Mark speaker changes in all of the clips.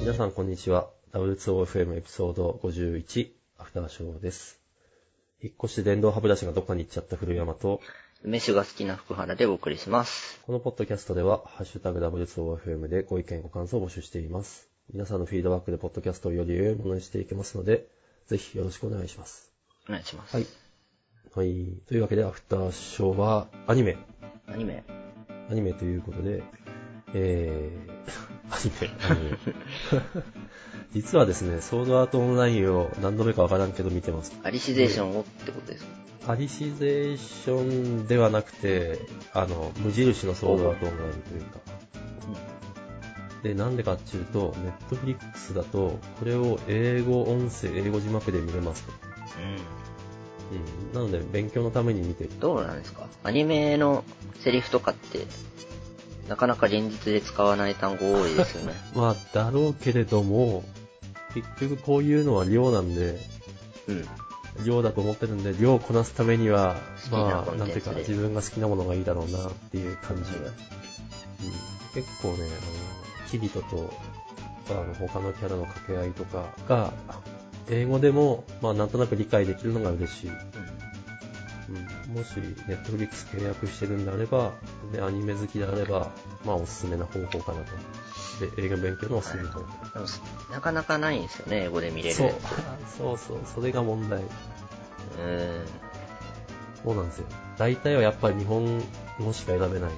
Speaker 1: 皆さん、こんにちは。W2OFM エピソード51、アフターショーです。引っ越しで電動歯ブラシがどっかに行っちゃった古山と、
Speaker 2: 梅酒が好きな福原でお送りします。
Speaker 1: このポッドキャストでは、ハッシュタグ W2OFM でご意見、ご感想を募集しています。皆さんのフィードバックでポッドキャストをより良いものにしていけますので、ぜひよろしくお願いします。
Speaker 2: お願いします。
Speaker 1: はい。はい。というわけで、アフターショーは、アニメ。
Speaker 2: アニメ。
Speaker 1: アニメということで、えー、 アニメ、アニメ。実はですね、ソードアートオンラインを何度目かわからんけど見てます。
Speaker 2: アリシゼーションをってことですか。
Speaker 1: パリシゼーションではなくて、あの、無印のソードアートオンラインというか。で、なんでかっていうと、ネットフリックスだと、これを英語音声、英語字幕で見れますと。
Speaker 2: う
Speaker 1: うん。なので、勉強のために見てる。
Speaker 2: ん。どうなんですかアニメのセリフとかって、なかなか現実で使わない単語多いです よね。
Speaker 1: まあ、だろうけれども、結局こういうのは量なんで、
Speaker 2: うん。
Speaker 1: 量だと思ってるんで、量をこなすためには、
Speaker 2: 好きな
Speaker 1: ま
Speaker 2: コ
Speaker 1: あ、
Speaker 2: ンテ
Speaker 1: な
Speaker 2: ンツで
Speaker 1: んていうか、自分が好きなものがいいだろうなっていう感じが。
Speaker 2: うん
Speaker 1: うん結構ね、あの、キビトと、あの、他のキャラの掛け合いとかが、英語でも、まあ、なんとなく理解できるのが嬉しい。うん、もし、ネットフリックス契約してるんであれば、で、アニメ好きであれば、まあ、おすすめな方法かなと。で、映画勉強のおすすめな方法。
Speaker 2: でもなかなかないんですよね、英語で見れる。
Speaker 1: そう、そうそう、それが問題。
Speaker 2: うん。
Speaker 1: そうなんですよ。大体はやっぱり日本語しか選べない。
Speaker 2: いや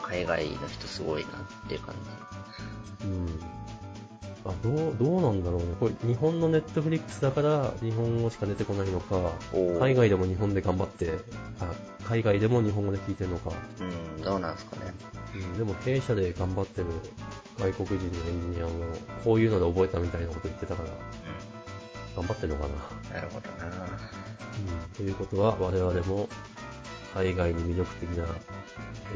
Speaker 2: 海外の人すごいなっていう感じ。
Speaker 1: うん。あ、どう、どうなんだろうね。これ、日本のネットフリックスだから、日本語しか出てこないのか、
Speaker 2: おー
Speaker 1: 海外でも日本で頑張って、あ、海外でも日本語で聞いてるのか、
Speaker 2: うん、どうなんですかね。
Speaker 1: うん、でも弊社で頑張ってる外国人のエンジニアも、こういうので覚えたみたいなこと言ってたから、頑張ってるのかな。
Speaker 2: うん。なるほどな
Speaker 1: うん。ということは、我々も、海外に魅力的な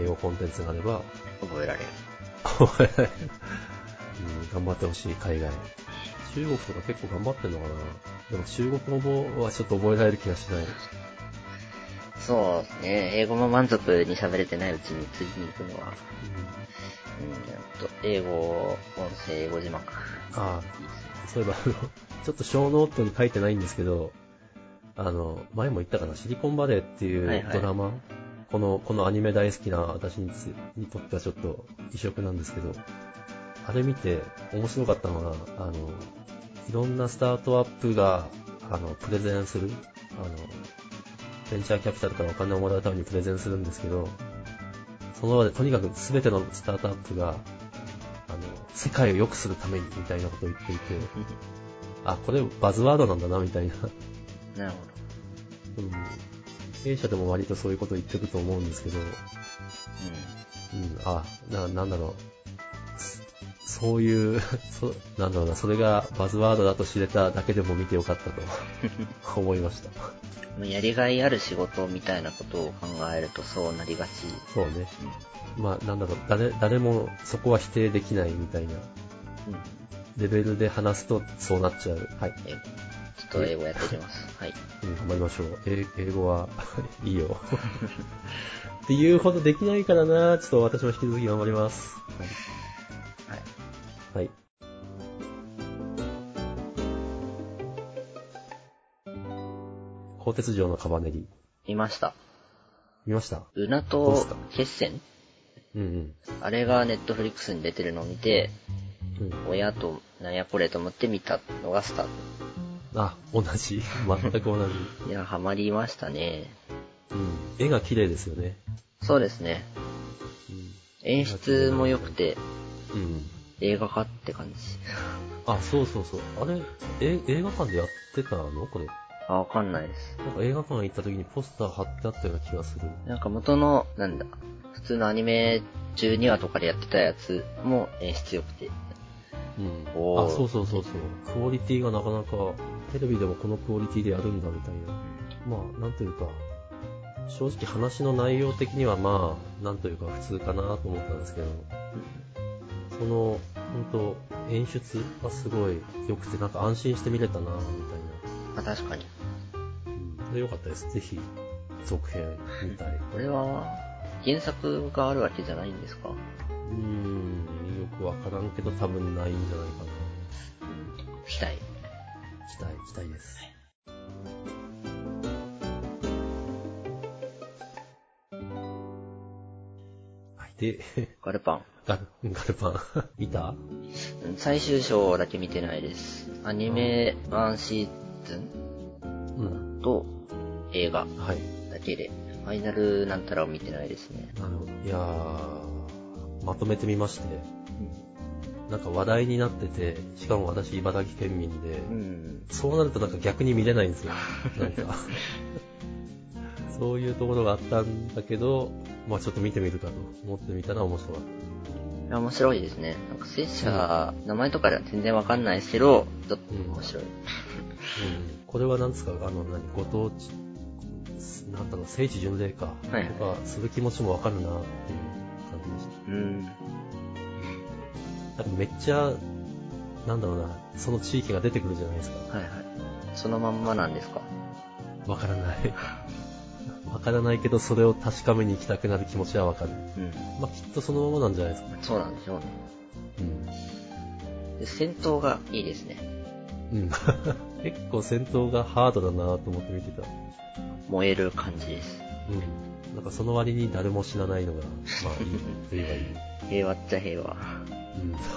Speaker 1: 英語コンテンツがあれば、
Speaker 2: 覚えられる。
Speaker 1: 怖いうん、頑張ってほしい、海外。中国とか結構頑張ってんのかなでも中国語はちょっと覚えられる気がしない。
Speaker 2: そうですね。英語も満足に喋れてないうちに次に行くのは、うん、と英語、音声、英語字幕。
Speaker 1: ああ、そういえば、あのちょっと小ノートに書いてないんですけど、あの、前も言ったかな、シリコンバレーってい
Speaker 2: はいうはい
Speaker 1: ドラマ、この、このアニメ大好きな私につにとってはちょっと異色なんですけど、あれ見て面白かったのが、あの、いろんなスタートアップが、あの、プレゼンする、あの、ベンチャーキャピタルからお金をもらうためにプレゼンするんですけど、その場でとにかく全てのスタートアップが、あの、世界を良くするためにみたいなことを言っていて、あ、これバズワードなんだな、みたいな。
Speaker 2: なるほど。
Speaker 1: うん。弊社でも割とそういうこと言ってると思うんですけど、うん、あ、な、なんだろう。そそういう、 そ、なんだろうな、それがバズワードだと知れただけでも見てよかった と思いました。
Speaker 2: うん。もうやりがいある仕事みたいなことを考えるとそうなりがち。
Speaker 1: そうね。まあ、なんだろう、誰、誰もそこは否定できないみたいな
Speaker 2: うん。
Speaker 1: レベルで話すとそうなっちゃう。はい。
Speaker 2: 英語。ちょっと英語やってきます。はい。
Speaker 1: うん、頑張りましょう。英英語は いいよ。っていうほどできないからな、ちょっと私も引き続き頑張ります。
Speaker 2: はい。
Speaker 1: はい。鋼鉄城のカバネリ。
Speaker 2: 見ました。
Speaker 1: 見ました
Speaker 2: うな
Speaker 1: どうです
Speaker 2: と
Speaker 1: か
Speaker 2: 決戦
Speaker 1: うん
Speaker 2: あれがネットフリックスに出てるのを見て、
Speaker 1: うん。うん、
Speaker 2: 親となんやこれと思って見たのがスター
Speaker 1: あ、同じ。全く同じ。
Speaker 2: ト。いや、ハマりましたね。
Speaker 1: うん。絵が綺麗ですよね。
Speaker 2: そうですね。演出も良くて、
Speaker 1: うん。うん。
Speaker 2: 映画化って感じ。
Speaker 1: あ、そうそうそう。あれ、え映画館でやってたのこれ。
Speaker 2: あ、わかんないです。
Speaker 1: なんか映画館行った時にポスター貼ってあったような気がする。
Speaker 2: なんか元の、なんだ、普通のアニメ12話とかでやってたやつも演出良くて。
Speaker 1: うん。
Speaker 2: おー
Speaker 1: あ、そうそうそうそう。クオリティがなかなか、テレビでもこのクオリティでやるんだみたいな。まあ、なんというか、正直話の内容的にはまあ、なんというか普通かなと思ったんですけど、その、本当演出がすごい良くて、なんか安心して見れたなみ
Speaker 2: あ、確かに。
Speaker 1: たいな。うん。で、良かったです。ぜひ、続編みたい。
Speaker 2: これは、原作があるわけじゃないんですか
Speaker 1: うーん、よくわからんけど多分ないんじゃないかな。
Speaker 2: 期待。
Speaker 1: 期待、期待です。はい、で、
Speaker 2: ガルパン。
Speaker 1: ガル、ガルパン。 見た
Speaker 2: うん最終章だけ見てないです。アニメ1シーズ
Speaker 1: うん。
Speaker 2: ンと映画
Speaker 1: はい。
Speaker 2: だけで、ファイナルなんたらを見てないですね。
Speaker 1: なるほど。いやー、まとめてみまして、なんか話題になってて、しかも私、茨城県民で、
Speaker 2: うん。
Speaker 1: そうなるとなんか逆に見れないんです よ。なんか。そういうところがあったんだけど、まあちょっと見てみるかと思ってみたら面白かっ
Speaker 2: いや面白いですね。なんか拙者、名前とかでは全然わかんないですけど、ちょっと面白い。
Speaker 1: た。うん。これはなんですか、あの、何、ご当地、なんだろう、聖地巡礼か。
Speaker 2: はい
Speaker 1: とか、する気持ちもわかるなっていう感じでした。
Speaker 2: うん。
Speaker 1: なんかめっちゃ、なんだろうな、その地域が出てくるじゃないですか。
Speaker 2: はいはい。そのまんまなんですか。
Speaker 1: わから ない。わからないけど、それを確かめに行きたくなる気持ちはわかる。
Speaker 2: うん。
Speaker 1: まあ、きっとそのままなんじゃないですか。
Speaker 2: そうなんでしょうね。で戦闘がいいですね。
Speaker 1: うん。 うん。結構戦闘がハードだなと思って見てた。
Speaker 2: 燃える感じです。
Speaker 1: うん。なんかその割に誰も死なないのが、まあいいといえばいい。
Speaker 2: 平和っちゃ平和。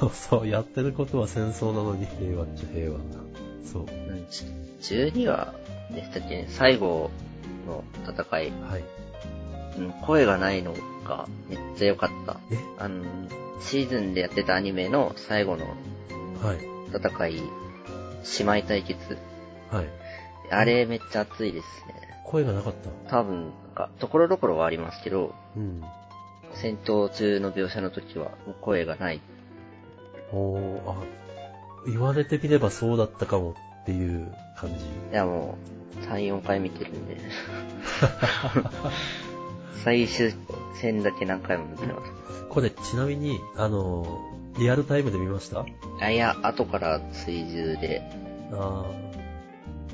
Speaker 1: うん、 そうそう、やってることは戦争なのに平和っちゃ平和。そう。
Speaker 2: うんち12話でしたっけね、最後の戦い、
Speaker 1: はい。
Speaker 2: うん声がないのがめっちゃ良かった
Speaker 1: え。
Speaker 2: あの、シーズンでやってたアニメの最後の
Speaker 1: はい。
Speaker 2: 戦い、姉妹対決。
Speaker 1: はい。
Speaker 2: あれめっちゃ熱いですね。
Speaker 1: 声がなかった。
Speaker 2: 多分、なんか、ところどころはありますけど、
Speaker 1: うん。
Speaker 2: 戦闘中の描写の時はもう声がない。
Speaker 1: おー、あ、言われてみればそうだったかもっていう感じ。
Speaker 2: いやもう、3、4回見てるんで。最終戦だけ何回も見てます。
Speaker 1: これ、ちなみに、あの、リアルタイムで見ましたあ
Speaker 2: あ、いや、後から追従で。
Speaker 1: あ。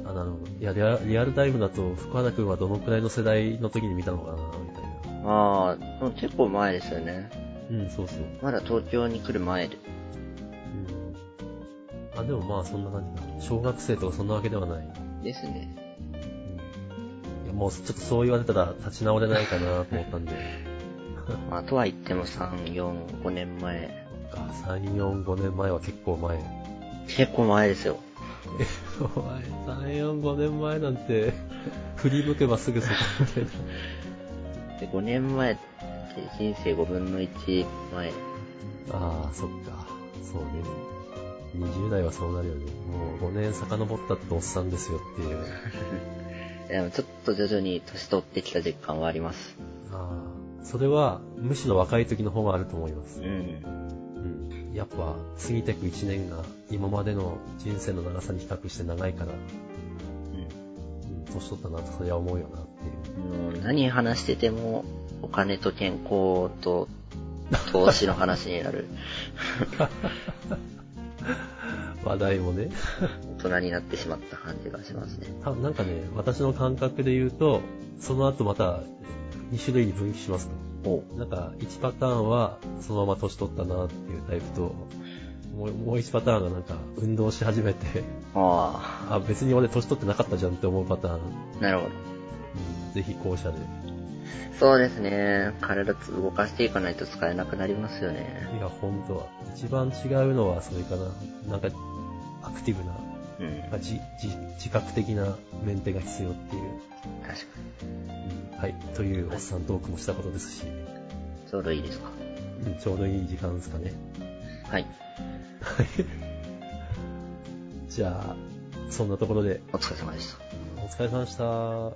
Speaker 1: あ、なるほど。いや、リアリアルタイムだと、福原くんはどのくらいの世代の時に見たのかな、みたい
Speaker 2: まあ、でも結構前ですよね。
Speaker 1: な。うん、そうそう。
Speaker 2: まだ東京に来る前で。
Speaker 1: うん。あ、でもまあ、そんな感じだ。小学生とかそんなわけではない。
Speaker 2: ですね。
Speaker 1: いやもうちょっとそう言われたら立ち直れないかなと思ったんで、
Speaker 2: まあ、とは言っても3、4、5年前。
Speaker 1: そっか3、4、5年前は結構前。
Speaker 2: 結構前ですよ。
Speaker 1: お前、3、4、5年前なんて、振り向けばすぐそこみたいな。
Speaker 2: で、5年前って人生5分の1前。
Speaker 1: ああ、そっか。そうね。20代はそうなるよね。もう5年遡ったっておっさんですよっていう。
Speaker 2: でもちょっと徐々に年取ってきた実感はあります。
Speaker 1: ああ、それはむしろ若い時の方があると思いま
Speaker 2: う
Speaker 1: す。
Speaker 2: ん。
Speaker 1: うん。やっぱ、過ぎてく1年が今までの人生の長さに比較して長いから、
Speaker 2: うん
Speaker 1: うん年取ったなとそりゃ思うよなっていう。
Speaker 2: もう何話してても、お金と健康と投資の話に なる。
Speaker 1: 話題もね。
Speaker 2: 大人になってしまった感じがしますね。
Speaker 1: たなんかね、私の感覚で言うと、その後また2種類に分岐しますと。
Speaker 2: おう。
Speaker 1: なんか1パターンはそのまま年取ったなっていうタイプと、もうもう1パターンがなんか運動し始めて、
Speaker 2: あ
Speaker 1: あ、別に俺年取ってなかったじゃんって思うパターン。
Speaker 2: あ、なるほど。
Speaker 1: うん、ぜひ後者で。
Speaker 2: そうですね。体つ動かしていかないと使えなくなりますよね。
Speaker 1: いや、ほんとは。一番違うのはそれかな。なんかアクティブな、
Speaker 2: うん。
Speaker 1: なんかじじ自覚的なメンテが必要っていう。
Speaker 2: 確か
Speaker 1: はい、というおっさんトークもしたことですし、
Speaker 2: に。ちょうどいいですか。
Speaker 1: うんちょうどいい時間ですかね。
Speaker 2: はい。
Speaker 1: はい。じゃあ、そんなところで、
Speaker 2: お疲れ様でした。
Speaker 1: お疲れ様でした。